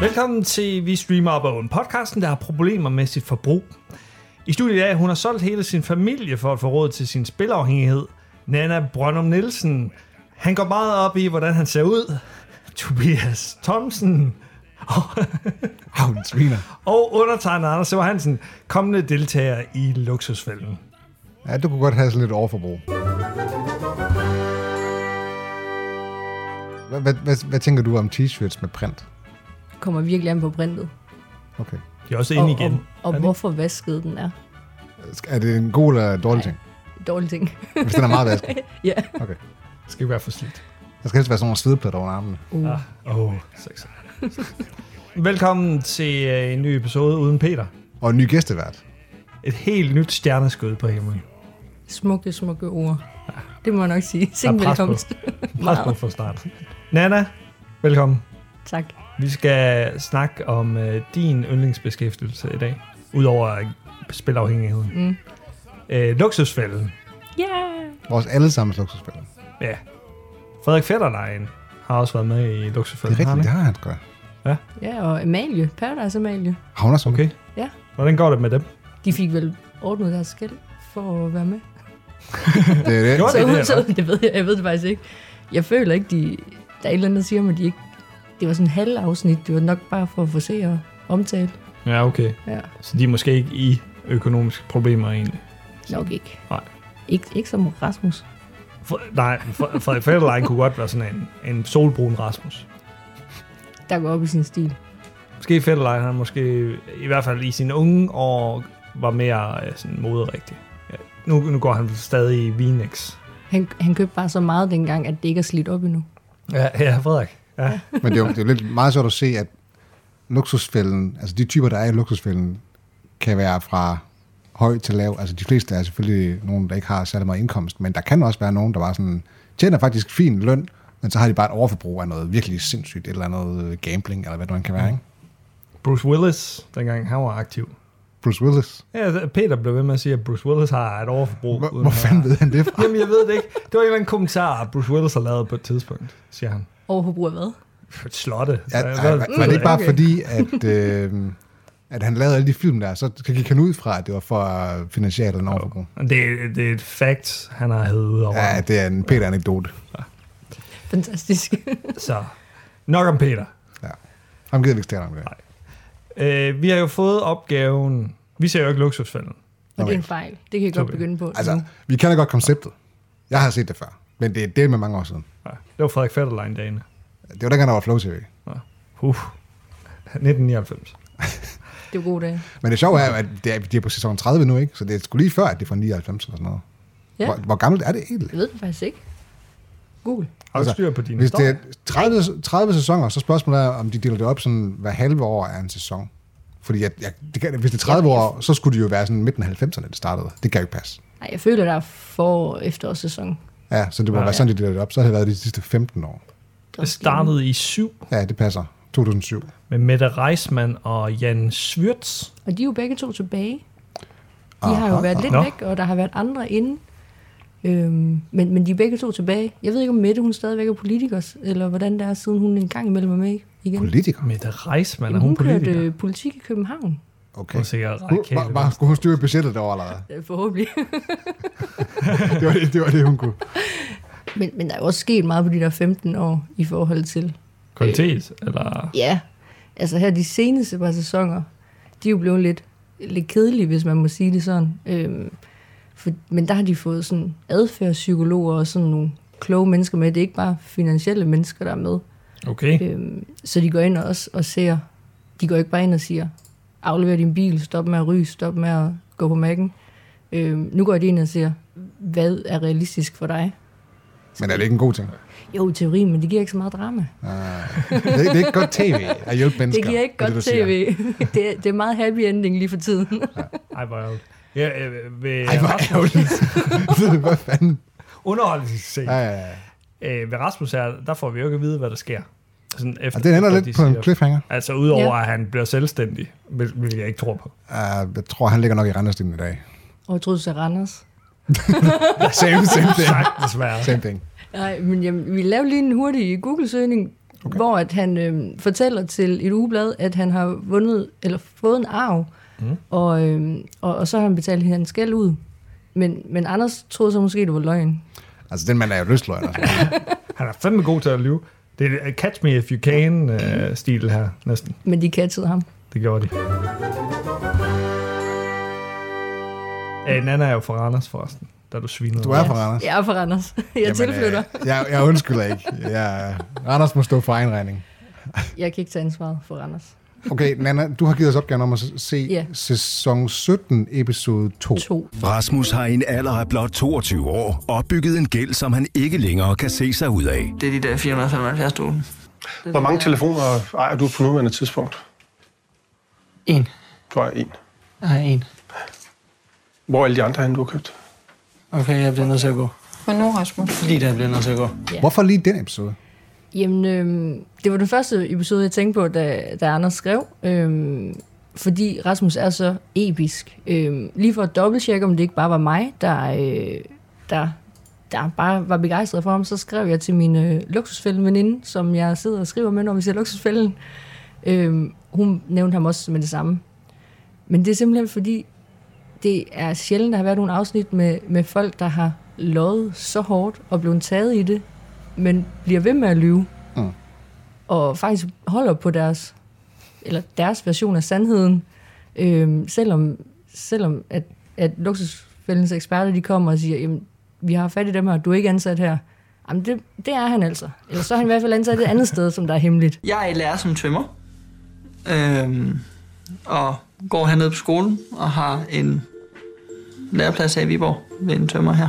Velkommen til Vi Streamer Op Oven, podcasten, der har problemer med sit forbrug. I studiet i dag, hun har solgt hele sin familie for at få råd til sin spilafhængighed. Nana Brøndum Nielsen. Han går meget op i, hvordan han ser ud. Tobias Thomsen. Au, den sviner. Og undertegnet Anders Sever Hansen, kommende deltager i Luksusfælden. Ja, du kunne godt have sådan lidt overforbrug. Hvad, hvad, hvad, hvad tænker du om t-shirts med print? kommer virkelig an på printet. Okay. Jeg er også inde og, igen. Og, Er og det hvorfor vasket den er. Er det en god eller dårlig ting? Dårlig ting. Hvis den er meget vasket. ja. Okay. ikke? Det skal ikke være for slidt. Der skal helst være sådan nogle svedeplader over armene. Uh. Ah, oh, sexet. Velkommen til øh, en ny episode uden Peter. Og en ny gæstevært. Et helt nyt stjerneskud på himlen. Smukke, smukke ord. Det må jeg nok sige. Der Sing er pres på. velkomst. Pres på fra start. Nana, velkommen. Tak. Vi skal snakke om øh, din yndlingsbeskæftigelse i dag, udover spilafhængigheden. Mm. Øh, luksusfælden. Yeah. Vores allesammens luksusspiller. Ja. Frederik Fetterlein har også været med i Det luksusfælden. er rigtigt, det har har han sgu da. Ja, og Amalie. Paradise Amalie. Har hun også han ikke? Okay. Ja. Hvordan går det med dem? De fik vel ordnet deres skæld for at være med. Det er det. Gjorde det det, så, så, det ved jeg, jeg ved det faktisk ikke. Jeg føler ikke, de, der er et eller andet, der siger mig, de ikke... Det var sådan en halv afsnit. Det var nok bare for at få se og omtale. Ja, okay. Ja, Så de er måske ikke i økonomiske problemer egentlig. nok ikke. Nej. Ikke, ikke som Rasmus. For, nej, Fre- Frederik Fetterlein kunne godt være sådan en, en solbrun Rasmus. Der går op i sin stil. Måske Fetterlein, han måske i hvert fald i sine unge år var mere øh, sådan moderigtig. Ja. Nu, nu går han stadig i Vinex. Han, han købte bare så meget dengang, at det ikke er slidt op endnu. Ja, ja Frederik. Ja. Men det er, jo, det er jo lidt meget sjovt at se, at luksusfælden, altså de typer, der er i luksusfælden, kan være fra høj til lav. Altså de fleste er selvfølgelig nogen, der ikke har særlig meget indkomst, men der kan også være nogen, der bare sådan, tjener faktisk fin løn, men så har de bare et overforbrug af noget virkelig sindssygt, et eller andet øh, gambling, eller hvad det nu end kan være, ikke? Bruce Willis, dengang han var aktiv. Bruce Willis. Ja, altså, Peter blev ved med at sige, at Bruce Willis har et overforbrug. Hvor, uden hvor at- fanden ved han det fra? Jamen, jeg ved det ikke. Det var en eller anden kommentar, Bruce Willis har lavet på et tidspunkt, siger han. Overforbrug af hvad? Pff, Et slotte. Ja, Så jeg ja, ved- var, ved var det ikke bare jeg fordi, at, øh, at han lavede alle de film der, så gik han ud fra, at det var for at finansiere et eller andet overforbrug? Det, det er et fact, han har hævet ud over. Ja, Ja. det er en Peter-anekdote. Fantastisk. Så nok om Peter. Ham gider vi ikke tale om det. Øh, vi har jo fået opgaven... Vi ser jo ikke luksusfælden. Og det Okay. er en fejl. Det kan jeg godt Okay. begynde på. Altså, nu. vi kender godt konceptet. Jeg har set det før, men det er det med mange år siden. Ja, det var Frederik Fetterlein dagene. Det var dengang, der var Flow TV. Uh, 1999. Det er god dag. Men det sjove er, at det er, de er på sæson 30 nu, ikke? Så det er sgu lige før, at det er fra 99 eller sådan noget. Ja. Hvor, hvor gammelt er det egentlig? Jeg ved det faktisk ikke. Google. Har du Altså, styr på dine Hvis det er historier? 30, 30 sæsoner, så spørgsmålet er, om de deler det op sådan hver halve år er en sæson. Fordi jeg, jeg, det kan, hvis det er 30 år, så skulle det jo være sådan midten af 90'erne, det startede. Det kan jo ikke passe. Nej, jeg føler, der er for efterårssæson. Ja, så det må Ja. være sådan, de deler det op. Så har det været de sidste 15 år. Det startede i 7 Ja, det passer. 2007. med Mette Reisman og Jan Schwirtz. Og de er jo begge to tilbage. De har jo Aha. været lidt Nå. væk, og der har været andre inde. Øhm, men, men de er begge to tilbage. Jeg ved ikke, om Mette hun stadigvæk er politiker, eller hvordan det er, siden hun en gang imellem er med igen. Politiker? Mette Reisman, er Jamen, hun, hun politiker? kørte øh, politik i København, Okay. Hun er sikkert Hun, radikale. var, var, skulle hun styre budgettet derovre eller hvad? øh, forhåbentlig. Det var det, det, var det hun kunne. men, men der er jo også sket meget på de der 15 år i forhold til Kvalitet, eller... Ja, altså her de seneste par sæsoner, de er jo blevet lidt, lidt kedelige, hvis man må sige det sådan. Øhm, for, men der har de fået sådan adfærdspsykologer og sådan nogle kloge mennesker med. Det er ikke bare finansielle mennesker, der er med. Okay. Øhm, så de går ind og, også, og ser, de går ikke bare ind og siger, aflever din bil, stop med at ryge, stop med at gå på mækken. Øhm, nu går de ind og siger, hvad er realistisk for dig? Men er det ikke en god ting? Jo, i teorien, men det giver ikke så meget drama. Uh, det, er, det er ikke godt tv at hjælpe mennesker. Det giver ikke er godt du siger. tv. det, er, det er meget happy ending lige for tiden. Ej, hvor ærgerligt. Ja, øh, ved Ej, hvor ærgerligt. hvad fanden? Underholdningsscene. Ja, Ja. ja, ja. Øh, ved Rasmus her, der får vi jo ikke at vide, hvad der sker. Sådan efter, Og den ender efter, lidt de på en siger- cliffhanger. Altså, udover Ja. at han bliver selvstændig, hvil- hvilket jeg ikke tror på. Uh, jeg tror, han ligger nok i Randers i dag. Og jeg troede, du sagde Randers. Same, same thing. Sagt, desværre. Same thing. Nej, men jamen, vi laver lige en hurtig Google-søgning. Okay. okay. hvor at han øh, fortæller til et ugeblad, at han har vundet eller fået en arv, Mm. mm. og, øh, og, og så har han betalt hans gæld ud. Men, men Anders troede så måske, det var løgn. Altså, den mand er jo løsløgn. Altså. Han er fandme god til at lyve. Det er øh, catch me if you can-stil her, næsten. Men de catchede ham. Det gjorde de. Ja, Nana er jo fra Randers forresten, da du svinede. Du er fra Randers. Jeg er fra Randers. Jeg Jamen, tilflytter. Øh, jeg, jeg undskylder ikke. Jeg, Randers må stå for egen regning. Jeg kan ikke tage ansvaret for Randers. Okay, Nana, du har givet os opgaven om at se Ja. yeah. sæson 17, episode 2. To. Rasmus har i en alder af blot 22 år opbygget en gæld, som han ikke længere kan se sig ud af. Det er de der 475 stole. Hvor mange telefoner ejer du på nuværende tidspunkt? En. Du ejer en. Jeg har en. Hvor er alle de andre henne, du har købt? Okay, jeg bliver nødt til at gå. Men nu, Rasmus? Lige der bliver nødt til at gå. Hvorfor lige den episode? Jamen, øhm, det var den første episode, jeg tænkte på, da, da Anders skrev. Øhm, fordi Rasmus er så episk. Øhm, lige for at dobbelttjekke, om det ikke bare var mig, der, øh, der, der bare var begejstret for ham, så skrev jeg til min øh, luksusfælden-veninde, som jeg sidder og skriver med, når vi ser luksusfælden. Øhm, hun nævnte ham også med det samme. Men det er simpelthen fordi, det er sjældent, der har været nogle afsnit med, med folk, der har lovet så hårdt og blevet taget i det, men bliver ved med at lyve. Mm. Og faktisk holder på deres, eller deres version af sandheden, øhm, selvom, selvom at, at luksusfældens eksperter de kommer og siger, jamen, vi har fat i dem her, du er ikke ansat her. Jamen, det, det er han altså. Eller så er han i hvert fald ansat et andet sted, som der er hemmeligt. Jeg er lærer som tømmer. Øhm, og går hernede på skolen og har en læreplads her i Viborg ved en tømmer her.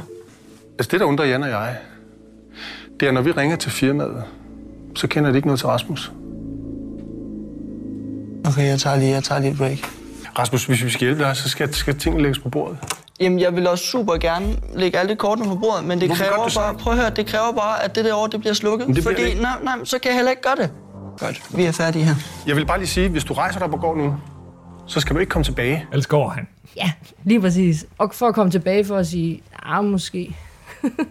Altså det, der undrer Jan og jeg, det er, når vi ringer til firmaet, så kender de ikke noget til Rasmus. Okay, jeg tager lige, jeg tager lige et break. Rasmus, hvis vi skal hjælpe dig, så skal, skal tingene lægges på bordet. Jamen, jeg vil også super gerne lægge alle kortene på bordet, men det Hvorfor gør kræver du så? bare, prøv at høre, det kræver bare, at det der år, det bliver slukket. Men det bliver fordi, det ikke. nej, nej, så kan jeg heller ikke gøre det. Godt, vi er færdige her. Jeg vil bare lige sige, hvis du rejser dig på gård nu, så skal du ikke komme tilbage. Ellers går han. Ja, lige præcis. Og for at komme tilbage for at sige, ah, måske.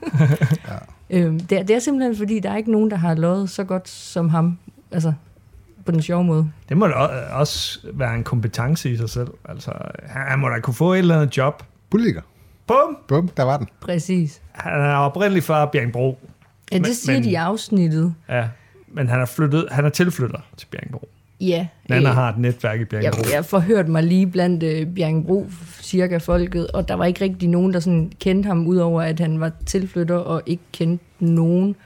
ja. øhm, det, er, det er simpelthen, fordi der er ikke nogen, der har lovet så godt som ham. Altså, på den sjove måde. Det må da o- øh, også være en kompetence i sig selv. Altså, han han må da kunne få et eller andet job. Politiker. Bum! Bum, der var den. Præcis. Han er oprindelig fra Bjergbro. Ja, Men- det men, siger men- de i afsnittet. Ja, men han er, flyttet, han er tilflytter til Bjergbro. Ja. Nana øh, har et netværk i jeg, Bjergbro. jeg forhørte mig lige blandt øh, Bjergenbro, cirka folket, og der var ikke rigtig nogen, der sådan kendte ham, udover at han var tilflytter og ikke kendte nogen.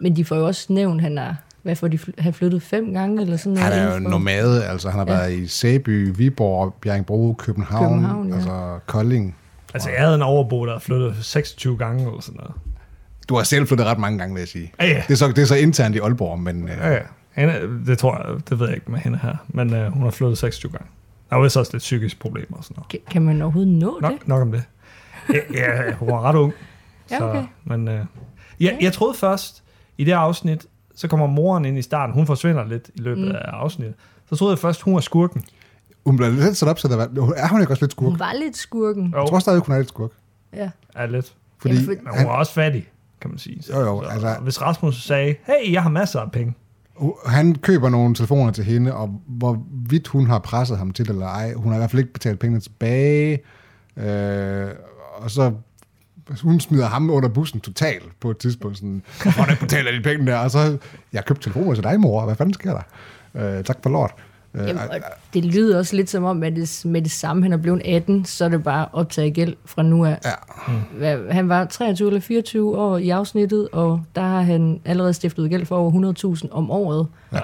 Men de får jo også nævnt, han er, hvad får de fly- har flyttet fem gange, eller sådan Han noget. er jo inden en for- nomade, altså han har Ja. været i Sæby, Viborg, Bjerringbro, København, København, ja. altså Kolding. Altså, jeg havde en overbo, der flyttede 26 gange eller sådan noget. Du har selv flyttet ret mange gange, vil jeg sige. Ja, ja. Det, er så, det er så internt i Aalborg, men øh, Ja, ja. Hende, det tror jeg, det ved jeg ikke med hende her, men øh, hun har flyttet 26 gange. Der var vist også lidt psykiske problemer og sådan noget. Kan- Kan man overhovedet nå det? Nok, nok om det. Ja, ja, hun var ret ung. Ja, okay. men, øh, ja, jeg troede først, i det her afsnit, så kommer moren ind i starten. Hun forsvinder lidt i løbet mm. af afsnittet. Så troede jeg først, hun var skurken. hun bliver lidt sat op, så der var, er hun ikke også lidt skurk? Hun var lidt skurken. Jeg tror stadig, hun er lidt skurk. Ja. Ja, lidt. Fordi Jamen, for- Men hun han, var også fattig, kan man sige. Så, Jo, jo, så, altså- Hvis Rasmus sagde, hey, jeg har masser af penge. han køber nogle telefoner til hende, og hvorvidt hun har presset ham til eller ej, hun har i hvert fald ikke betalt pengene tilbage. Øh, og så hun smider ham under bussen totalt på et tidspunkt. Sådan, Hvorfor har du ikke betaler de penge der? Og så, jeg købte telefoner til dig, mor. Hvad fanden sker der? Øh, tak for lort. Øh, Jamen, og det lyder også lidt som om, at det, med det samme, han er blevet 18, så er det bare optaget gæld fra nu af. Ja. Hvad- Han var 23 eller 24 år i afsnittet, og der har han allerede stiftet gæld for over 100.000 om året. Ja.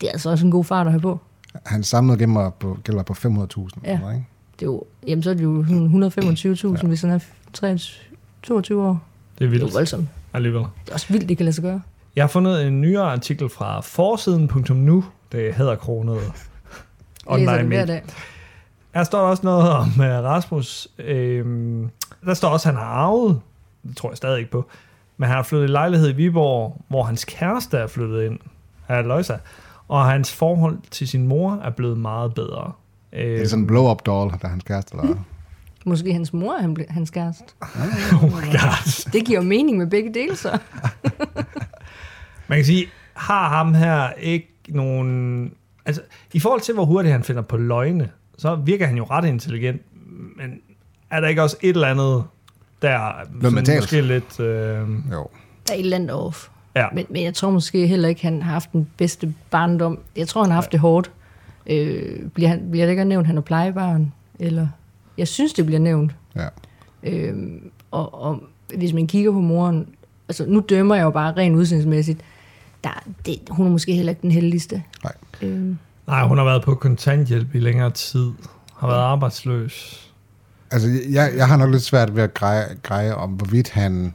Det er altså også en god fart at have på. han samlede gemmer på, gælder på 500.000. Ja. eller, ikke? Det er jo, jamen, så er det jo sådan 125.000, ja. hvis han er 23, 22 år. Det er Det er jo vildt voldsomt. alligevel. Det er også vildt, det kan lade sig gøre. Jeg har fundet en nyere artikel fra forsiden.nu, det hedder kronet Læser online det hver medie. dag. Her står der også noget om uh, Rasmus. Øhm, der står også, at han har arvet. Det tror jeg stadig ikke på. Men han har flyttet i lejlighed i Viborg, hvor hans kæreste er flyttet ind. Her Løjsa. Og hans forhold til sin mor er blevet meget bedre. Det Øh, er sådan en blow-up doll, der er hans kæreste. Eller? hvad? Måske hans mor er han ble- hans kæreste. oh my God. Det giver jo mening med begge dele, så. Man kan sige, har ham her ikke nogen... Altså, i forhold til, hvor hurtigt han finder på løgne, så virker han jo ret intelligent, men er der ikke også et eller andet, der sådan mentalt. måske lidt... Øh, Jo. Der er et eller andet off. ja. Men, men jeg tror måske heller ikke, han har haft den bedste barndom. Jeg tror, han har haft det hårdt. Øh, bliver, han, bliver det ikke nævnt, at han er plejebarn? Eller? Jeg synes, det bliver nævnt. Ja. Øh, og, og hvis man kigger på moren, altså nu dømmer jeg jo bare rent udsendingsmæssigt, der, det, hun er måske heller ikke den heldigste. Nej. Øh, Nej, hun har været på kontanthjælp i længere tid, har været arbejdsløs. Altså, jeg, jeg har nok lidt svært ved at greje, greje om, hvorvidt han...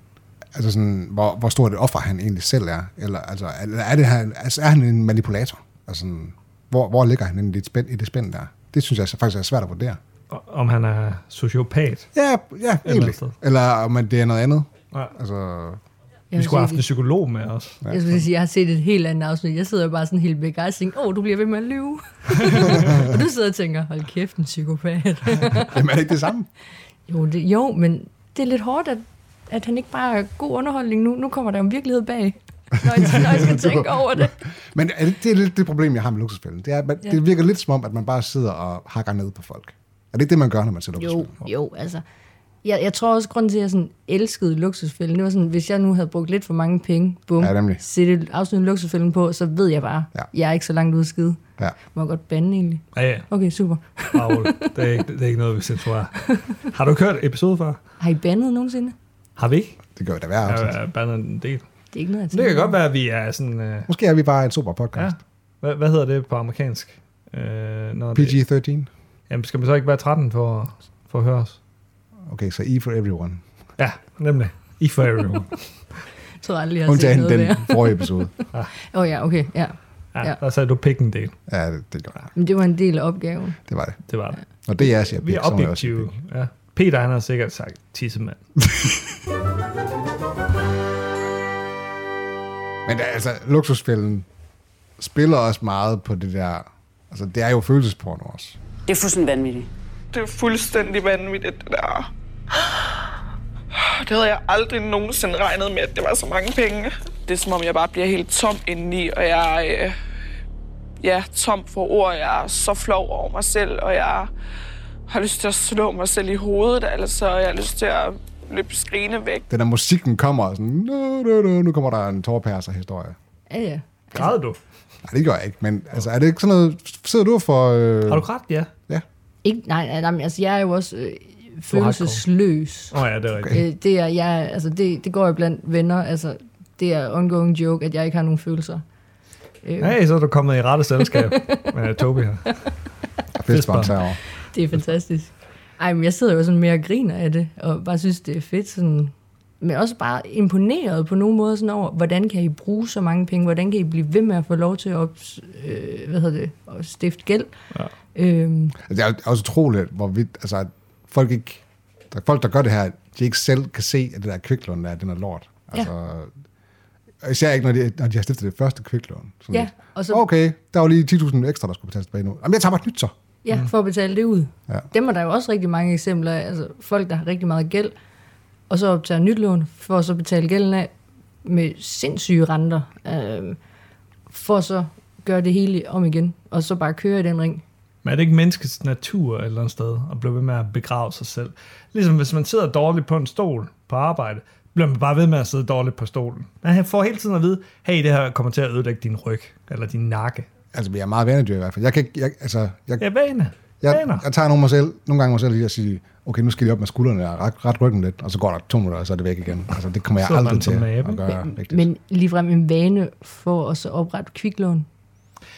Altså sådan, hvor, hvor stor et offer han egentlig selv er. Eller altså, eller er, det, han, altså, er han en manipulator? Altså, sådan, hvor, hvor ligger han egentlig i det spænd, i det spænd der? Det synes jeg så faktisk er svært at vurdere. O- Om han er sociopat. Ja, ja, egentlig. sted. Eller om det er noget andet. Ja. Altså, Vi skulle have haft en jeg, psykolog med os. jeg, jeg skulle sige, jeg har set et helt andet afsnit. Jeg sidder jo bare sådan helt begejstret. Åh, oh, du bliver ved med at lyve. og du sidder og tænker, hold kæft, en psykopat. jamen, er det ikke det samme? Jo, det, jo men det er lidt hårdt, at, at han ikke bare er god underholdning nu. Nu kommer der en virkelighed bag, når jeg, når jeg skal tænke over det. Men er det, det er lidt det problem, jeg har med luksusfælden. Det, er, at man, Ja. ja. det virker lidt som om, at man bare sidder og hakker ned på folk. Er det ikke det, man gør, når man ser Jo, luksusfælden? jo, altså. Jeg, jeg tror også, grunden til, at jeg sådan elskede luksusfælden, det var sådan, hvis jeg nu havde brugt lidt for mange penge, bum, Ja, nemlig. sætte et afsnit af luksusfælden på, så ved jeg bare, Ja. jeg er ikke så langt ude at skide. Ja. Må jeg godt bande egentlig? Ja, ja, Okay, super. Paul. Det er ikke, det er ikke noget, vi censurerer. Har du ikke hørt episode før? Har I bandet nogensinde? Har vi ikke? Det gør vi da hver afsnit. Jeg er bandet en del. Det er ikke noget, jeg Det tænker kan godt over. være, at vi er sådan... Øh, Måske er vi bare et super ja. podcast. hvad, hvad hedder det på amerikansk? Øh, når Ja. Det, PG-13. jamen, skal man så ikke være 13 for, for at høre os? Okay, så E for everyone. Ja, nemlig. I for everyone. Jeg tror aldrig, jeg har Undtagen set noget den der. forrige episode. Åh oh, ja, okay, ja. Ja, Ja. ja. Der sagde du pik en del. Ja, det, det, gør jeg. Men det var en del af opgaven. det var det. Det var det. Når det er, siger Vi pik, er så må jeg også sige objektive. pik. Ja. Peter, han har sikkert sagt tissemand. Men det er altså, luksusfælden spiller også meget på det der... Altså, det er jo følelsesporno også. Det er fuldstændig vanvittigt. Det er fuldstændig vanvittigt, det der. Det havde jeg aldrig nogensinde regnet med, at det var så mange penge. Det er som om, jeg bare bliver helt tom indeni, og jeg øh, jeg er tom for ord. Jeg er så flov over mig selv, og jeg har lyst til at slå mig selv i hovedet, altså jeg har lyst til at løbe skrigende væk. Den der musikken kommer og sådan... Nu, nu, nu, nu kommer der en tårpærser-historie. Ja, ja. Græd du? Nej, det gør jeg ikke, men altså, er det ikke sådan noget... Sidder du for... Øh, Har du grædt? Ja. Ikke, nej, nej, nej, men altså jeg er jo også øh, hardcore. følelsesløs. Åh oh, ja, det er rigtigt. Øh, det, er, jeg, altså det, det går jo blandt venner, altså det er ongoing joke, at jeg ikke har nogen følelser. Øh, Hey, så er du kommet i rette selskab med Tobi her. Festbomb herovre. Det er fantastisk. Ej, men jeg sidder jo sådan mere og griner af det, og bare synes, det er fedt. Sådan, men også bare imponeret på nogen måde sådan over, hvordan kan I bruge så mange penge? Hvordan kan I blive ved med at få lov til at, op, øh, hvad hedder det, at stifte gæld? Ja. Øhm, Altså, det er også utroligt, hvor vi, altså, at folk ikke, der er folk, der gør det her, de ikke selv kan se, at det der kviklån er, den er lort. Altså, ja. Især ikke, når de, når de har stiftet det første kviklån. Sådan Ja, lidt, og så- Okay, der var lige 10.000 ekstra, der skulle betales tilbage nu. Jamen, jeg tager bare et nyt så. ja, for at betale det ud. Ja. Dem er der jo også rigtig mange eksempler af. Altså, folk, der har rigtig meget gæld, og så optager nyt lån, for at så betale gælden af med sindssyge renter, øh, for at så gøre det hele om igen, og så bare køre i den ring. Men er det ikke menneskets natur et eller andet sted at blive ved med at begrave sig selv? Ligesom hvis man sidder dårligt på en stol på arbejde, bliver man bare ved med at sidde dårligt på stolen. Man får hele tiden at vide, hey, det her kommer til at ødelægge din ryg, eller din nakke. Altså, vi er meget vanedyr i hvert fald. Jeg, kan ikke, jeg, altså, jeg, Ja, vaner. jeg, vaner. jeg tager nogle, mig selv, nogle gange mig selv lige og siger, okay, nu skal jeg lige op med skuldrene og ret, ret ryggen lidt, og så går der to minutter, og så er det væk igen. Altså, det kommer jeg Så er man aldrig som til abe. at gøre. rigtigt. Men ligefrem en vane for at så oprette kviklån.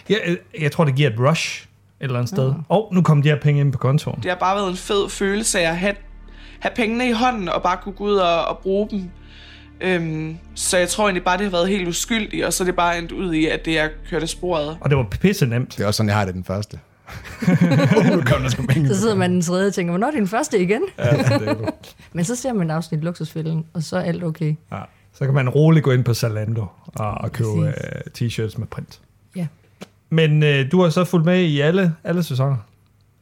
Jeg, øh, jeg, jeg tror, det giver et rush et eller andet sted. Og nu kom de her penge ind på kontoen. Det har bare været en fed følelse af at have, have pengene i hånden og bare kunne gå ud og, og bruge dem. Øhm, så jeg tror egentlig bare, det har været helt uskyldigt, og så er det bare endt ud i, at det er kørt af sporet. Og det var pisse nemt. Det er også sådan, jeg har det den første. nu kom der sgu penge. Så sidder man den tredje og tænker, hvornår er det den første igen? Ja, det er det. Men så ser man et afsnit i luksusfælden, og så er alt okay. ja. Så kan man roligt gå ind på Zalando og, og købe Præcis. øh, t-shirts med print. Ja, Men øh, du har så fulgt med i alle, alle sæsoner.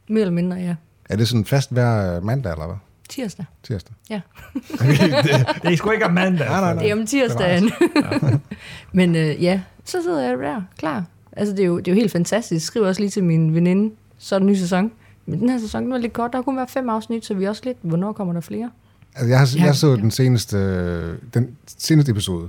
mere eller mindre, ja. Er det sådan fast hver øh, mandag, eller hvad? Tirsdag, Tirsdag? ja. Det er sgu ikke om mandag. altså. Nej, nej, Det er om tirsdagen. Men øh, ja, så sidder jeg der klar. Altså, det er jo, det er jo helt fantastisk. Jeg skriver også lige til min veninde, så er der en ny sæson. Men den her sæson, den var lidt kort. Der kunne være fem afsnit, så vi er også lidt, hvornår kommer der flere? Altså, jeg, har, Ja. jeg så den seneste, den seneste episode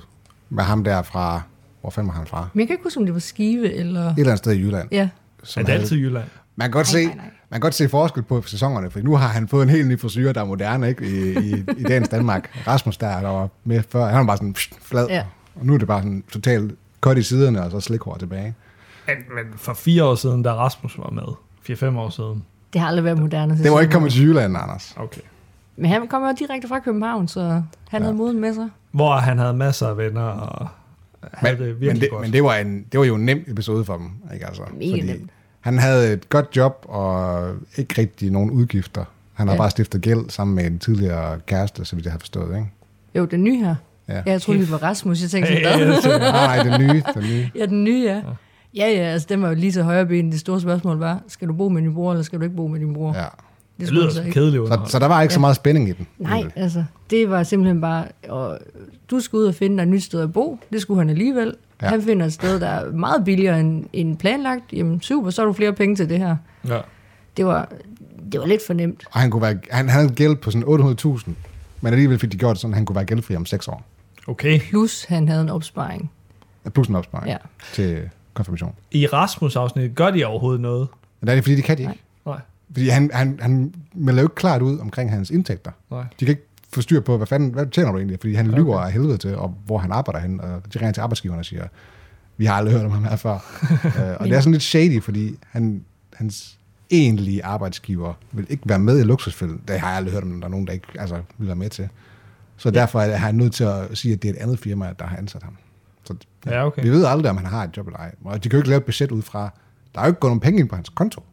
med ham der fra, hvor fanden var han fra? Men jeg kan ikke huske, om det var Skive eller... Et eller andet sted i Jylland. Ja, Er som det havde- altid Jylland? Man kan godt Nej, se, nej, nej. man kan godt se forskel på sæsonerne, for nu har han fået en helt ny frisyr, der er moderne ikke? I, i, i dagens Danmark. Rasmus der, der var med før, han var bare sådan pst, flad, Ja. ja. og nu er det bare sådan totalt cut i siderne, og så slikhår tilbage. Men, men for fire år siden, da Rasmus var med, 4-5 år siden. det har aldrig været moderne. Det var sæsoner. ikke kommet til Jylland, Anders. Okay. Men han kommer jo direkte fra København, så han ja. havde moden med sig. Hvor han havde masser af venner og havde Men, men, det virkelig men, det, godt. men det, var en, det var jo en nem episode for dem. Ikke? Altså, Mega nemt. Han havde et godt job og ikke rigtig nogen udgifter. Han har Ja. ja. bare stiftet gæld sammen med en tidligere kæreste, så vidt jeg har forstået. Ikke? Jo, den nye her. Ja. Ja, jeg troede, det var Rasmus. Jeg tænkte, Ja, sådan, ja, hvad? jeg tænker, Nej, den nye, den nye. Ja, den nye, ja. Ja, ja, altså den var jo lige til højre ben. Det store spørgsmål var, skal du bo med din bror, eller skal du ikke bo med din bror? Ja. det skulle lyder han så som ikke. kedeligt Så, underhold. så der var ikke ja. så meget spænding i den. Nej, altså, det var simpelthen bare, og du skulle ud og finde dig et nyt sted at bo. Det skulle han alligevel. Ja. Ja. Han finder et sted, der er meget billigere end, end planlagt. Jamen super, så har du flere penge til det her. Ja. Det var, det var lidt for nemt. Og han, kunne være, han havde en gæld på sådan 800.000, men alligevel fik de gjort det sådan, at han kunne være gældfri om 6 år. Okay. Plus, han havde en opsparing. Plus en opsparing Ja. ja. til konfirmation. I Rasmus-afsnittet, gør de overhovedet noget? Men det er det, fordi de kan de Nej. ikke. Nej. Fordi han, han, han melder jo ikke klart ud omkring hans indtægter. Nej. De kan ikke få styr på, hvad fanden hvad tjener du egentlig? Fordi han lyver af helvede til, og hvor han arbejder hen, og de ringer til arbejdsgiverne og siger, vi har aldrig hørt om ham her før. øh, og det er sådan lidt shady, fordi han, hans egentlige arbejdsgiver vil ikke være med i luksusfælden. Det har jeg aldrig hørt om, der er nogen, der ikke altså, vil være med til. Så derfor er han nødt til at sige, at det er et andet firma, der har ansat ham. Så Ja, okay. vi ved aldrig, om han har et job eller ej. Og de kan jo ikke lave et budget ud fra, der er jo ikke gået nogen penge ind på hans konto.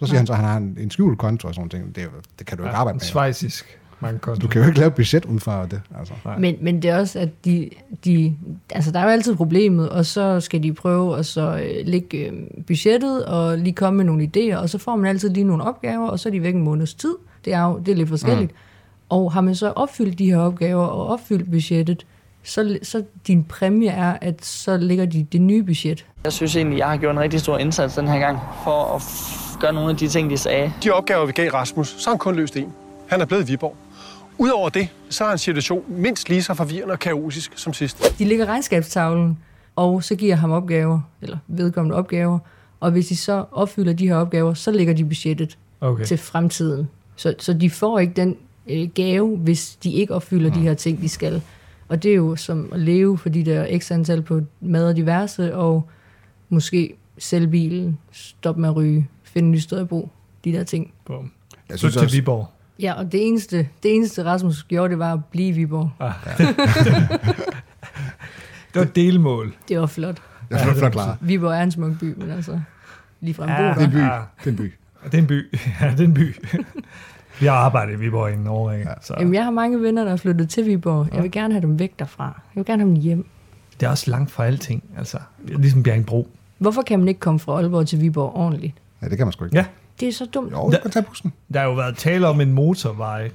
Så siger han så, at han har en, en skjult konto og sådan noget. Det, er jo- det kan du ikke arbejde En med. jo. svejsisk bankkonto. Du kan jo ikke lave et budget ud fra det. Altså. Men, men det er også, at de, de, altså der er jo altid problemet, og så skal de prøve at så øh, lægge øh, budgettet og lige komme med nogle idéer, og så får man altid lige nogle opgaver, og så er de væk en måneds tid. Det er jo det er lidt forskelligt. Mm. Og har man så opfyldt de her opgaver og opfyldt budgettet, så, så din præmie er, at så ligger de det nye budget. Jeg synes egentlig, jeg har gjort en rigtig stor indsats den her gang, for at f- gøre nogle af de ting, de sagde. De opgaver, vi gav Rasmus, så har han kun løst en. Han er blevet i Viborg. Udover det, så er hans situation mindst lige så forvirrende og kaotisk som sidst. De ligger regnskabstavlen, og så giver ham opgaver, eller vedkommende opgaver, og hvis de så opfylder de her opgaver, så ligger de budgettet. Okay. okay. til fremtiden. Så, så de får ikke den øh, gave, hvis de ikke opfylder de her ting, de skal. Og det er jo som at leve for de der ekstra antal på mad og diverse, og måske sælge bilen, stoppe med at ryge, finde et nyt sted at bo, de der ting. Bum. Jeg Så synes til også, Viborg. Ja, og det eneste, det eneste Rasmus gjorde, det var at blive i Viborg. Det var et delmål. Det var flot. jeg synes, det er flot klaret. Viborg er en smuk by, men altså ligefrem Ja. ja. Det er en by. Ja. Det er en by. Det er en by. ja, det er en by. Vi har arbejdet i Viborg i en årrække. Så. Jamen, jeg har mange venner, der er flyttet til Viborg. Jeg vil gerne have dem væk derfra. Jeg vil gerne have dem hjem. Det er også langt fra alting. Altså, ligesom Bjerringbro. Hvorfor kan man ikke komme fra Aalborg til Viborg ordentligt? Ja, det kan man sgu ikke. Ja. Det er så dumt. Jo, du kan tage bussen. Der har jo været tale om en motorvej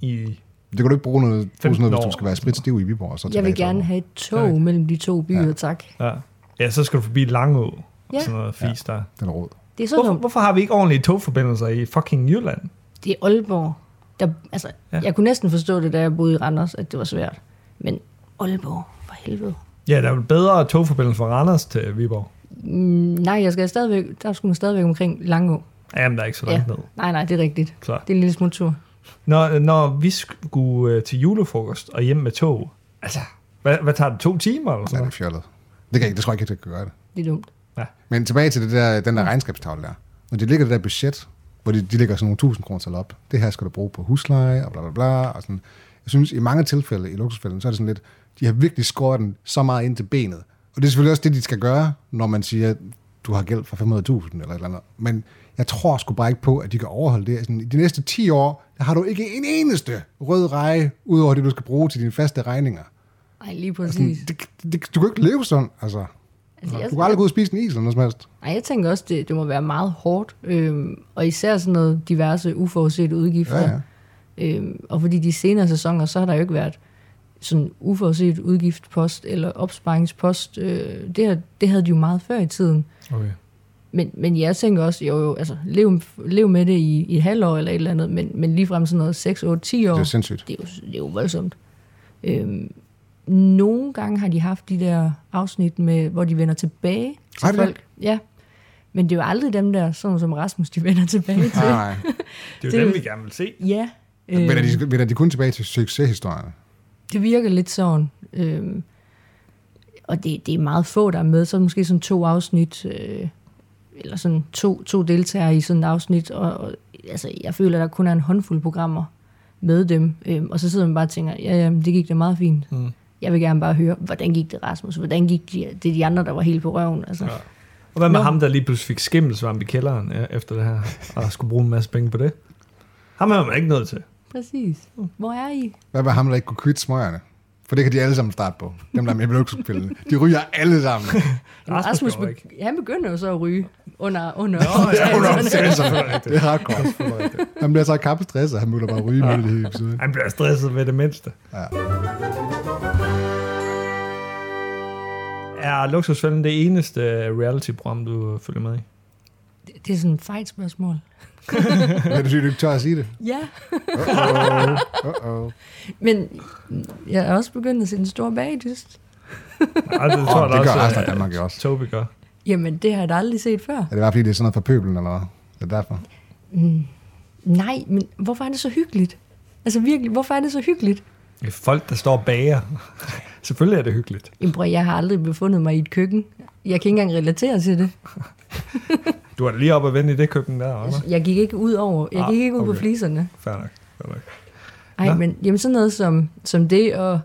i... Det kan du ikke bruge noget, bruge 15 noget hvis år. du skal være spritstiv i Viborg. Og så Jeg tilbage vil til gerne Aalborg. have et tog Tak. mellem de to byer, ja. tak. Ja. ja, så skal du forbi Langå. Ja. Ja. Sådan noget fis der. Den er råd. Det er sådan Hvorfor, noget, hvorfor har vi ikke ordentlige togforbindelser i fucking Jylland? det er Aalborg. Der, altså, ja. Ja. Jeg kunne næsten forstå det, da jeg boede i Randers, at det var svært. Men Aalborg, for helvede. Ja, der er jo bedre togforbindelse fra Randers til Viborg. Mm, nej, jeg skal stadigvæk, der skulle man stadigvæk omkring Langå. Jamen, der er ikke så langt ja. ned. Nej, nej, det er rigtigt. Klar. Det er en lille smule tur. Når, når vi skulle øh, til julefrokost og hjem med tog, altså, hvad, hvad tager det? To timer eller Ja, sådan det er fjollet. Det, kan jeg, ikke- det tror jeg ikke, jeg kan gøre det. Det er dumt. Men tilbage til det der, den der regnskabstavle der. Når de ligger det der budget, hvor de, de ligger sådan nogle tusind kroner tal op. Det her skal du bruge på husleje og bla bla bla. Og sådan. Jeg synes, i mange tilfælde i luksusfælden, så er det sådan lidt, de har virkelig skåret den så meget ind til benet. Og det er selvfølgelig også det, de skal gøre, når man siger, du har gæld for 500.000 eller et eller andet. Men jeg tror sgu bare ikke på, at de kan overholde det. Sådan, I de næste 10 år, der har du ikke en eneste rød reje, udover det, du skal bruge til dine faste regninger. Nej, lige Og Sådan, præcis. det, det, du kan jo ikke leve sådan, altså. Altså, jeg, Du kan aldrig gå ud og spise en is eller noget som helst. nej, jeg tænker også, det, det må være meget hårdt. Øhm, og især sådan noget diverse uforudsete udgifter. Ja, ja. Øhm, og fordi de senere sæsoner, så har der jo ikke været sådan uforudset udgiftspost eller opsparingspost. Øh, det, her, det havde de jo meget før i tiden. Okay. Men, men jeg tænker også, jo, jo altså, lev, lev med det i, i et halvt år eller et eller andet, men, men ligefrem sådan noget 6, 8, 10 år, Det er sindssygt. det er jo, det er jo voldsomt. Øhm, nogle gange har de haft de der afsnit, med, hvor de vender tilbage til Har de det? folk. Ja. Men det er jo aldrig dem der, sådan som Rasmus, de vender tilbage til. Nej, nej. Det er Det jo er dem, jo- vi gerne vil se. Ja, Vender øh, de, vender de kun tilbage til succeshistorierne? øhm, det virker lidt sådan. Øh, og det, det er meget få, der er med. Så er det måske sådan to afsnit, øh, eller sådan to, to deltagere i sådan et afsnit. Og, og altså, jeg føler, der kun er en håndfuld programmer med dem. Øh, og så sidder man bare og tænker, ja, ja, men det gik da meget fint. Mm. Jeg vil gerne bare høre, hvordan gik det Rasmus? Hvordan gik det, det er de andre, der var helt på røven? Altså, ja. Og hvad med Nå. ham, der lige pludselig fik skimmelsvamp i kælderen ja, efter det her, og skulle bruge en masse penge på det? Ham er man ikke nødt til. Præcis. Mm. Hvor er I? Hvad var ham, der ikke kunne kvitte smøgerne? For det kan de alle sammen starte på. Dem, der er med i luksusfælden. De ryger alle sammen. Rasmus Rasmus, gjorde ikke. be- han begynder jo så at ryge under, under, Det er hardcore. Han bliver så kappestresset, han møller bare ryge med det hele episode. Han bliver stresset ved det mindste. Ja. Er luksusfælden det eneste reality-program, du følger med i? Det er sådan et fejt spørgsmål. Men du synes, du ikke tør at sige det? Ja. Uh-oh. Men jeg er også begyndt at se den store bagedyst. Ej, det Åh, tror Altså, jeg da det gør også, resten af at- Danmark jo også. Toby gør. Jamen, det har jeg da aldrig set før. Er det bare fordi, det er sådan noget for pøbelen, eller hvad? Det er derfor. Nej, men hvorfor er det så hyggeligt? Altså virkelig, hvorfor er det så hyggeligt? Det er Folk, der står og bager. Selvfølgelig er det hyggeligt. Jamen, bror, jeg har aldrig befundet mig i et køkken. Jeg kan ikke engang relatere til det. Du er da lige oppe og vende i det køkken der, eller? Jeg gik ikke ud over, jeg Ah, gik ikke ud på okay. fliserne. Fair nok. Fair nok. Ej, Nå. men jamen, sådan noget som, som det, og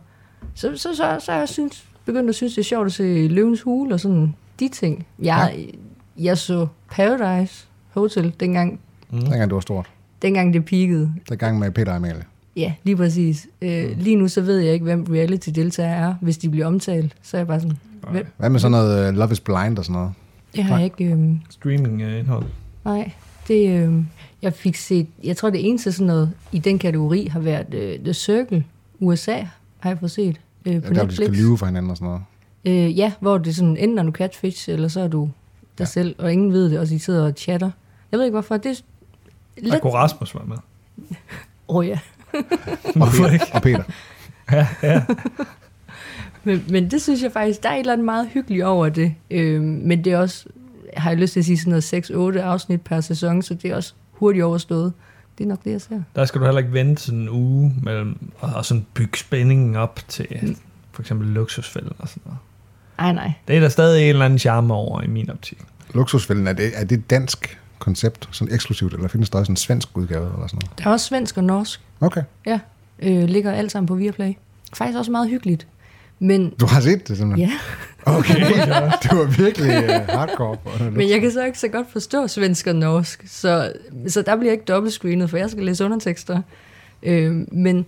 så, så, så, så har jeg synes, begyndt at synes, det er sjovt at se Løvens Hule og sådan de ting. Jeg, ja. jeg så Paradise Hotel, dengang, Dengang det var stort. dengang det peakede. Der gang med Peter og Amalie. Ja, lige præcis. Mm. Øh, lige nu så ved jeg ikke, hvem reality-deltager er. Hvis de bliver omtalt, så er jeg bare sådan, hvem? Hvad med sådan noget øh, Love is Blind og sådan noget? Det har jeg ikke... Øh, Streaming-indhold. nej, det... Øh, jeg fik set... Jeg tror, det eneste sådan noget i den kategori har været øh, The Circle USA, har jeg fået set øh, Ja, på der, de Netflix. skal lyve for hinanden og sådan noget. Øh, ja, hvor det er sådan, enten er du catfish, eller så er du dig ja. selv, og ingen ved det, og de sidder og chatter. Jeg ved ikke, hvorfor. Det er Der lidt... kunne Rasmus være med. Åh oh, ja. Og Peter. Og Peter. Men, men det synes jeg faktisk, der er et eller andet meget hyggeligt over det. Øhm, men det er også, har jeg lyst til at sige, sådan noget 6-8 afsnit per sæson, så det er også hurtigt overstået. Det er nok det, jeg ser. Der skal du heller ikke vente sådan en uge mellem, og, og sådan bygge spændingen op til for eksempel luksusfælden og sådan noget. Nej, nej. Det er der stadig en eller anden charme over i min optik. Luksusfælden, er det, er det et dansk koncept, sådan eksklusivt, eller findes der også en svensk udgave eller sådan noget? Der er også svensk og norsk. Okay. Ja, øh, ligger alt sammen på Viaplay. Faktisk også meget hyggeligt. Men, Du har set det simpelthen? ja, Okay, det var virkelig uh, hardcore. men jeg kan så ikke så godt forstå svensk og norsk, så, så der bliver jeg ikke dobbeltscreenet, for jeg skal læse undertekster. Øh, men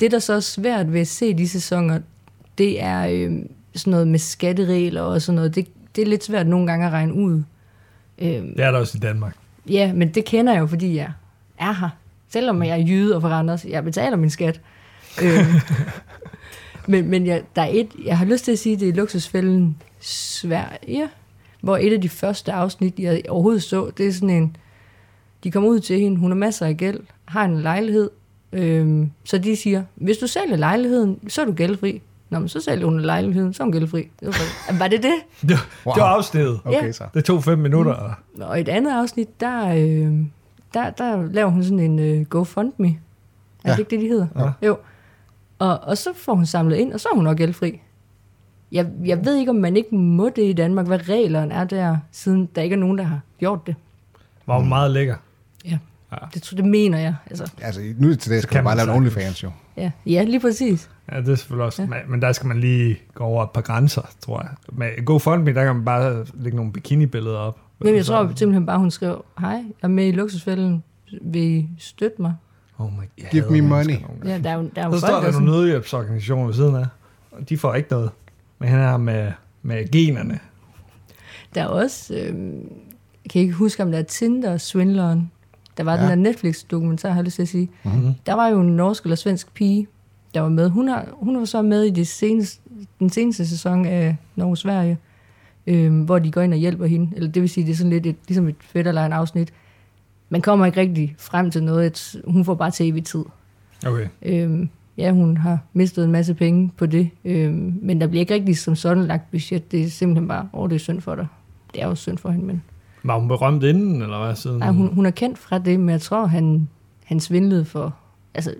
det, der så er svært ved at se de sæsoner, det er øh, sådan noget med skatteregler og sådan noget. Det, det er lidt svært nogle gange at regne ud. Øh, Det er der også i Danmark. ja, men det kender jeg jo, fordi jeg er her. Selvom jeg er jyde og fra Randers, jeg betaler min skat. Øh, men men jeg, der er et, jeg har lyst til at sige, det er luksusfælden Sverige, hvor et af de første afsnit, jeg overhovedet så, det er sådan en, de kommer ud til hende, hun har masser af gæld, har en lejlighed, øhm, så de siger, hvis du sælger lejligheden, så er du gældfri. Nå, men så sælger hun lejligheden, så er hun gældfri. Det var, bare- var det det? Det, wow. det var afstedet. Okay, Mm. Ja. så. Det tog fem minutter. og- Og i et andet afsnit, der, øh, der, der laver hun sådan en øh, GoFundMe. Er ja. Ja. det ikke det, de hedder? Ja. Jo. Og, og så får hun samlet ind, og så er hun nok gældfri. Jeg, jeg ved ikke, om man ikke må det i Danmark, hvad reglerne er der, siden der ikke er nogen, der har gjort det. Var jo meget lækker. Ja. Det, tror- det mener jeg. Altså, Altså, nu til dag skal kan du bare man lave en sagtens. OnlyFans, jo. ja. ja, lige præcis. Ja, det er selvfølgelig også. Ja. Men der skal man lige gå over et par grænser, tror jeg. Med GoFundMe, der kan man bare lægge nogle bikini-billeder op. Men jeg tror simpelthen bare, hun skrev, hej, jeg er med i luksusfælden, vil I støtte mig? Oh my, jeg Give hader me mennesker money. nogle gange. Ja, der er jo, der er jo Så står folk, der sådan- nogle nødhjælpsorganisationer ved siden af, og de får ikke noget. Men han er med, med generne. Der er også, øh, jeg kan ikke huske, om der er Tinder Svindleren. Der var ja. Ja. den der Netflix-dokumentar, har jeg lyst til at sige. Mm-hmm. Der var jo en norsk eller svensk pige, der var med. Hun, har, hun var så med i det seneste, den seneste sæson af Norge Sverige, øhm, hvor de går ind og hjælper hende. Eller det vil sige, det er sådan lidt et, ligesom et fætterlejende afsnit. Man kommer ikke rigtig frem til noget. At hun får bare tv-tid. Okay. Øhm, ja, hun har mistet en masse penge på det, øhm, men der bliver ikke rigtig som sådan lagt budget. Det er simpelthen bare, åh, oh, det er synd for dig. Det er jo synd for hende, men... Var hun berømt inden, eller hvad? Mm. Siden? Nej, hun, hun er kendt fra det, men jeg tror, han, han svindlede for... Altså,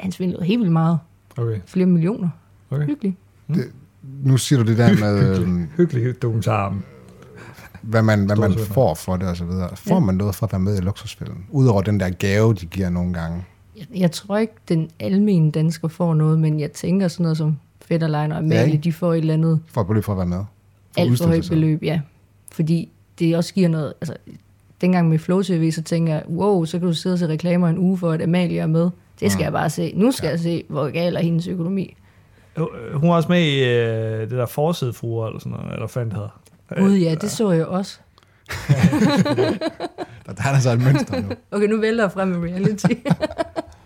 han svindlede helt vildt meget. Okay, Flere millioner. okay. Hyggeligt. Nu siger du det der med, øhm, Hyggelig, hyggelig dokumentar. om- hvad man, hvad man Stort set. får for det og så videre. Får Ja. man noget for at være med i luksusfælden? Udover den der gave, de giver nogle gange. Jeg, jeg tror ikke, den almene dansker får noget, men jeg tænker sådan noget som Fetterlein og Amalie, Ja, ja, ikke? de får et eller andet For et beløb for at være med. For at alt for udstille højt sig selv. beløb, ja. Fordi det også giver noget... Altså, dengang med Flow TV, så tænker jeg, wow, så kan du sidde og se reklamer en uge for, at Amalie er med. Det skal jeg bare se. Nu skal Mm. ja. jeg se, hvor gal er hendes økonomi. Øh, Hun var også med i øh, det der forsædefruer, eller sådan noget, eller fandt hedder. Gud ja, det så jeg også. Der, der er altså et mønster nu. Okay, nu vælter jeg frem med reality.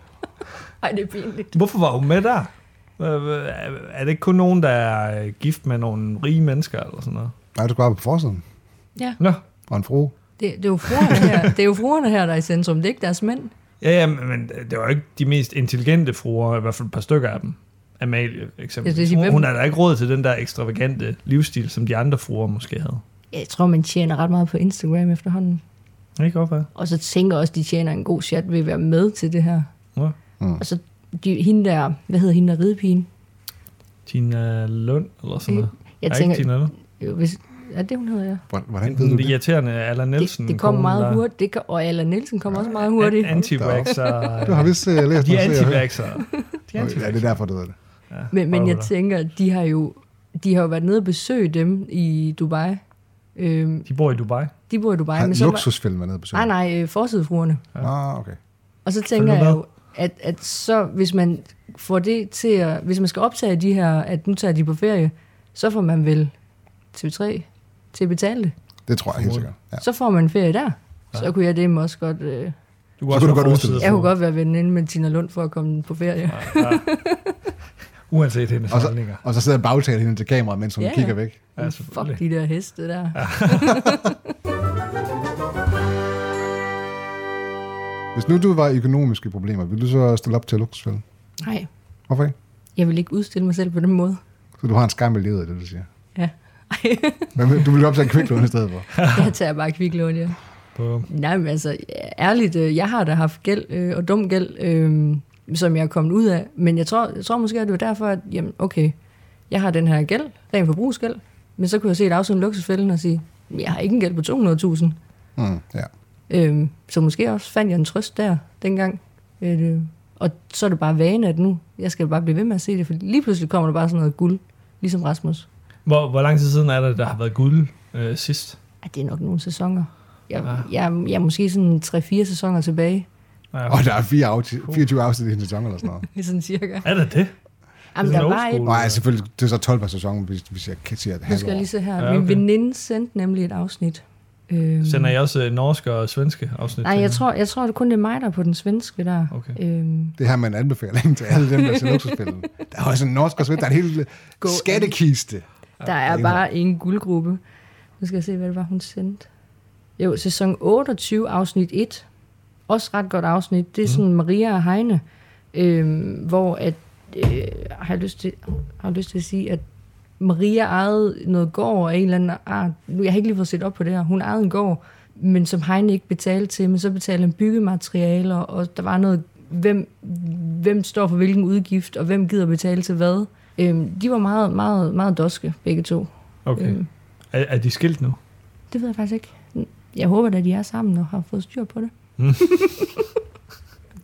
Ej, det er pinligt. Hvorfor var hun med der? Øh, er- Er det ikke kun nogen, der er øh, gift med nogle rige mennesker, eller sådan noget? Nej, du skal bare på forsiden. Nå. Og en frue. Det, det, er jo fruerne her, det er jo fruerne her, der er i centrum. Det er ikke deres mænd. Ja, ja, men men det var ikke de mest intelligente fruer, i hvert fald et par stykker af dem. Amalie, Jeg skal eksempelvis. sige, Hun, hvem- hun har da ikke råd til den der ekstravagante livsstil, som de andre fruer måske havde. Jeg tror, man tjener ret meget på Instagram efterhånden. Ikke hvorfor? Og så tænker jeg også, de tjener en god chat ved at være med til det her. Ja. Mm. Og så de, hende der, hvad hedder hende der, ridepigen? Tina Lund, eller sådan noget. Jeg er tænker, ikke Tina Lund. jo, hvis, er det, hun hedder, ja? Hvor- Hvordan ved Hende Den du det? irriterende Allan Nielsen. det, det kom konen, meget der- hurtigt, det kom, og Allan Nielsen kom også meget hurtigt. An- anti-vaxxer. Du har vist uh, læst de er noget, se og hør. anti-vaxxer. De er Ja, anti-vaxxer. det er derfor, du ved det. Men, men jeg Røvhuller. tænker, tænker, de har jo de har jo været nede og besøge dem i Dubai. Øhm, De bor i Dubai. de bor i Dubai. Har men så var- luksusfilm med nede på Nej, søen. nej, øh, forsidefruerne. Ah, okay. Og så tænker nu jeg hvad? jo, at, at så hvis man får det til at, hvis man skal optage de her, at nu tager de på ferie, så får man vel TV3 til at betale det. Det tror jeg helt sikkert. Ja. Så får man en ferie der. Så kunne jeg dem også godt... Øh, Du Så kunne du godt udstille forside dig. jeg kunne godt være veninde med Tina Lund for at komme på ferie. fruer, Uanset hendes Og så, holdninger. og så sidder jeg bagtaler hende til kameraet, mens hun Ja, ja. kigger væk. Ja, Fuck selvfølgelig. de der heste der. Hvis nu du var i økonomiske problemer, ville du så stille op til luksusfælden? Nej, Hvorfor ikke? jeg vil ikke udstille mig selv på den måde. Så du har en skam i livet, er det du siger. Ja. Ej, Men vil- du ville op til en kviklån i stedet for. jeg tager bare kviklån, ja. På- Nej, men altså, ærligt, øh, jeg har da haft gæld øh, og dum gæld, øh, som jeg er kommet ud af. Men jeg tror, jeg tror måske, at det var derfor, at jamen, okay, jeg har den her gæld, ren forbrugsgæld, men så kunne jeg se et afsnit af luksusfælden og sige, "Men jeg har ikke en gæld på 200.000. Mm, ja. Øh, så måske også fandt jeg en trøst der dengang. Øh, og så er det bare vane, at nu, jeg skal bare blive ved med at se det, for lige pludselig kommer der bare sådan noget guld, ligesom Rasmus. Hvor, hvor lang tid siden er det, der har været guld øh, sidst? Ja, det er nok nogle sæsoner. Jeg, jeg, jeg er måske sådan 3-4 sæsoner tilbage, Ja. Og der er fire afti- 24 afsnit i en sæson eller sådan noget. sådan ligesom cirka. Er det det? Jamen, sådan der old var et, school. Nej, selvfølgelig, det er så 12 per sæson, hvis, hvis jeg kan sige, at nu skal jeg lige halvår. se her. Ja, Min okay. veninde sendte nemlig et afsnit. Øhm, Sender I også øh, norske og svenske afsnit? nej, til jeg hende? tror, jeg tror det kun det er mig, der er på den svenske der. Okay. Øhm, Det her med en anbefaling til alle dem, der ser luksusfælden. Der er også en norsk og svensk, der er en hel Gå skattekiste. der er bare en guldgruppe. Nu skal jeg se, hvad det var, hun sendte. Jo, sæson 28, afsnit 1. Også ret godt afsnit. Det er sådan Maria og Heine, øhm, hvor at, øh, har, jeg lyst til, har jeg lyst til at sige, at Maria ejede noget gård af en eller anden art. Nu, Jeg har ikke lige fået set op på det her. Hun ejede en gård, men som Heine ikke betalte til, men så betalte han byggematerialer, og der var noget, hvem, hvem står for hvilken udgift, og hvem gider betale til hvad. Øhm, de var meget, meget, meget doske, begge to. Okay. Øhm. Er, er de skilt nu? Det ved jeg faktisk ikke. Jeg håber da, de er sammen og har fået styr på det.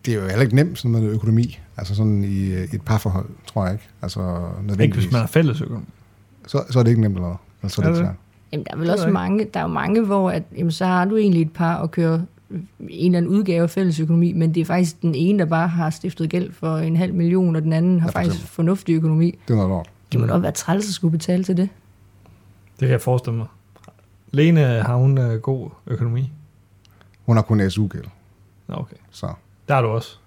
Det er jo heller ikke nemt, sådan noget økonomi. Altså sådan i øh, et parforhold, tror jeg ikke. Altså Ikke hvis nødvendigvis. man har fælles økonomi. Så, så er det ikke nemt eller hvad? Eller så er det Er ikke det? svært. Jamen, der er ved vel jeg også ikke. mange, der er jo mange, hvor at, jamen, så har du egentlig et par at køre en eller anden udgave af fællesøkonomi, men det er faktisk den ene, der bare har stiftet gæld for en halv million, og den anden har Ja, for faktisk eksempel. fornuftig økonomi. Det er noget lort. Det må da også være træls at skulle betale til det. Det kan jeg forestille mig. Lene, har hun øh, god økonomi? Hun har kun SU-gæld, Nå, okay. så... Der er du også.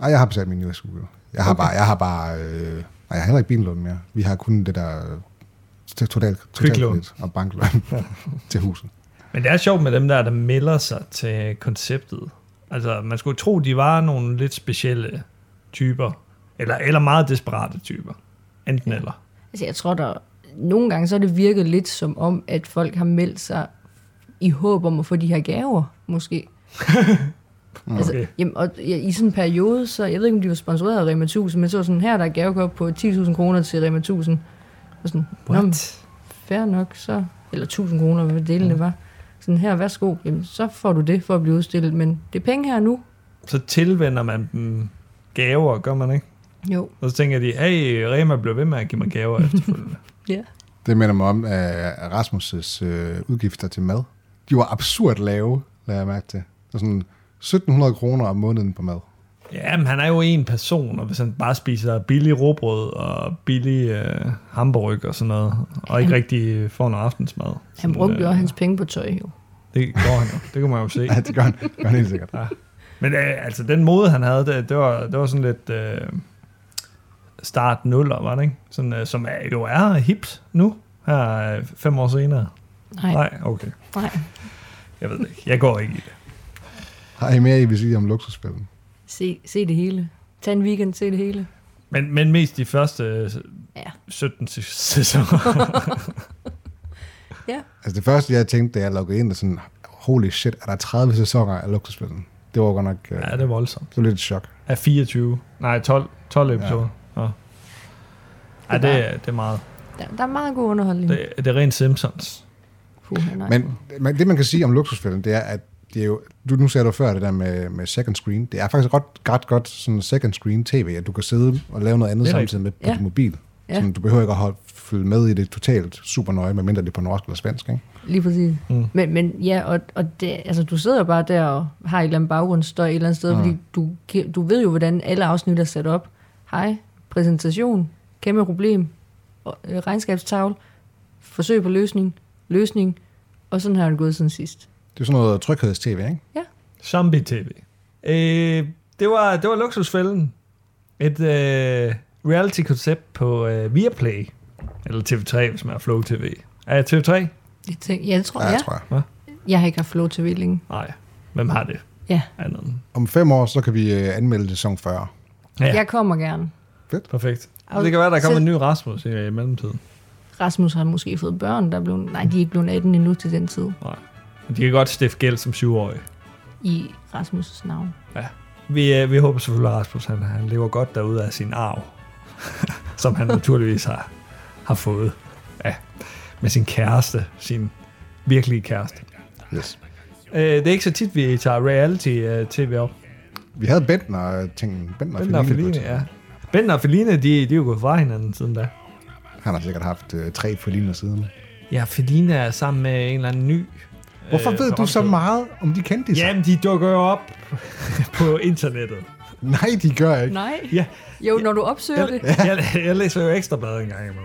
Ej, jeg har betalt min SU-gæld. Jeg har okay. bare, jeg har bare, øh, nej, jeg har heller ikke billån mere. Vi har kun det der øh, til- total, Kviklån. total og banklån til huset. Men det er sjovt med dem der, der melder sig til konceptet. Altså, man skulle tro, de var nogle lidt specielle typer. Eller, eller meget desperate typer. Enten eller. Altså, jeg tror, der nogle gange så har det virket lidt som om, at folk har meldt sig i håb om at få de her gaver, måske. altså, Okay. jamen, og ja, i sådan en periode, så jeg ved ikke, om de var sponsoreret af Rema 1000, men så var sådan, her der er gavekort på 10.000 kroner til Rema 1000. Og sådan, "Nå, men fair nok, så, eller 1000 kroner, hvad delene var. Sådan her, værsgo, jamen, så får du det for at blive udstillet, men det er penge her nu. Så tilvender man dem gaver, gør man ikke? Jo, Og så tænker de, hey, Rema bliver ved med at give mig gaver efterfølgende. ja. Det minder mig om at Rasmus' øh, udgifter til mad. De var absurd lave, lader jeg mærke til. Det var sådan 1700 kroner om måneden på mad. Jamen, han er jo en person, og hvis han bare spiser billig råbrød og billig øh, hamburg og sådan noget, og ikke rigtig øh, får noget aftensmad. Han Sådan, brugte jo øh, også hans penge på tøj, jo. Det går han jo. Det kan man jo se. Ja, det gør han, det gør han helt sikkert. Men øh, altså, den måde, han havde, det, det, var, det var sådan lidt øh, start nuller, var det ikke? Sådan, øh, som er, jo er hipt nu, her øh, fem år senere. Nej, nej. Nej, okay. nej. Jeg ved det ikke. Jeg går ikke i det. Har I mere, I vil sige om luksusfælden? Se, se det hele. Tag en weekend, se det hele. Men, men mest de første øh, Ja. 17 sæ- sæsoner. Altså det første, jeg tænkte, da jeg loggede ind, er sådan, holy shit, er der 30 sæsoner af luksusfælden? Det var godt nok, øh, ja, det er voldsomt. det var lidt et chok. Af 24. Nej, 12, 12 episoder. Ja. Ja. Ej, det, er- det er meget. Der, der er meget god underholdning. Det, det er rent Simpsons. Puh, nej. Men, men det, man kan sige om luksusfælden, det er, at det er jo, du, nu sagde du før det der med, med second screen. Det er faktisk ret, ret godt sådan second screen tv, at du kan sidde og lave noget andet Det er samtidig med på Ja. din mobil. Ja. Ja. Sådan, du behøver ikke at holde, følge med i det totalt super nøje, medmindre det er på norsk eller svensk. Ikke? Lige præcis. Mm. Men, men ja, og, og det, altså, du sidder jo bare der og har et eller andet baggrundsstøj et eller andet sted, mm. fordi du, kan- du ved jo, hvordan alle afsnit er sat op. Hej, præsentation, kæmpe problem, og, øh, regnskabstavl, forsøg på løsning, løsning, og sådan har det gået siden sidst. Det er sådan noget trygheds-tv, ikke? Zombie TV. Øh, det, var, det var luksusfælden. Et øh, reality-koncept på øh, Viaplay. Eller TV3, hvis man har Flow TV. Er jeg TV3? Jeg tænker, ja, det tror Ja, jeg. ja. Ja. tror jeg. Jeg har ikke haft flow til længe. Nej. Hvem har det? Ja. Andet. end- Om fem år, så kan vi øh, anmelde sæson 40. Ja. ja. Jeg kommer gerne. Perfekt. Og det kan være, der kommer så- en ny Rasmus i, i mellemtiden. Rasmus har måske fået børn, der er blevet, nej, de er ikke blevet 18 endnu til den tid, Men De kan godt stifte gæld som syvårige. i Rasmus' navn. Vi, øh, vi håber selvfølgelig, at Rasmus han, han lever godt derude af sin arv. som han naturligvis har, har fået. Ja. Med sin kæreste. Sin virkelige kæreste. Yes. Øh, det er ikke så tit, vi tager reality-tv op. Vi havde Bentner-tingen. Bentner, Bender og Feline, ja. Bender og Feline, de, de er jo gået fra hinanden siden da. Han har sikkert haft øh, tre Feliner siden. Ja, Feline er sammen med en eller anden ny. Hvorfor Øh, ved du så berømthed. meget om de kendte sig? Jamen, de dukker jo op på internettet. Nej, de gør ikke. Nej. Ja. Jo, når du opsøger det. Jeg, jeg læser jo ekstrabladet en gang imellem.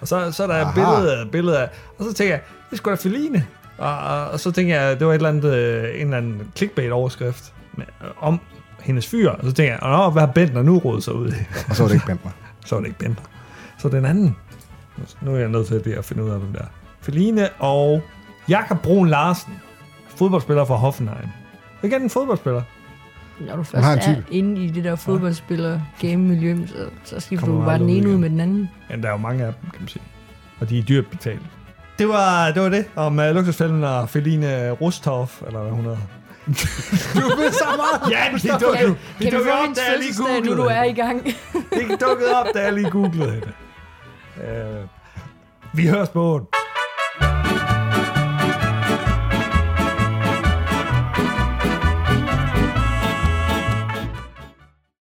Og så, så er der et Aha. billede, af- billede af, og så tænker jeg, det er sgu da Feline. Og, og, og så tænker jeg, det var et eller andet, øh, en eller anden clickbait-overskrift med, øh, om hendes fyr. Og så tænker jeg, "Nå, hvad har Bentner nu rodet sig ud i? Og så var det ikke Bentner. Så var det ikke Bender. Så den anden. Nu er jeg nødt til lige at finde ud af, hvem der er. Feline og Jakob Brun Larsen. Fodboldspiller fra Hoffenheim. Igen en fodboldspiller. Når du Man først har en er type. inde i det der fodboldspiller-game-miljø, så, så skifter Kommer du bare aldrig den ud ene ud igen. med den anden. Men der er jo mange af dem, kan man sige. Og de er dyrt betalt. Det var det, var det om uh, luksusfælden og Feline Rusthoff, eller hvad hun hedder. du ved så meget! Ja, det dukkede, det dukkede op, da jeg lige nu googlede du er hende. i gang? Det dukkede op, da jeg lige googlede hende. Uh, Øh, vi høres på.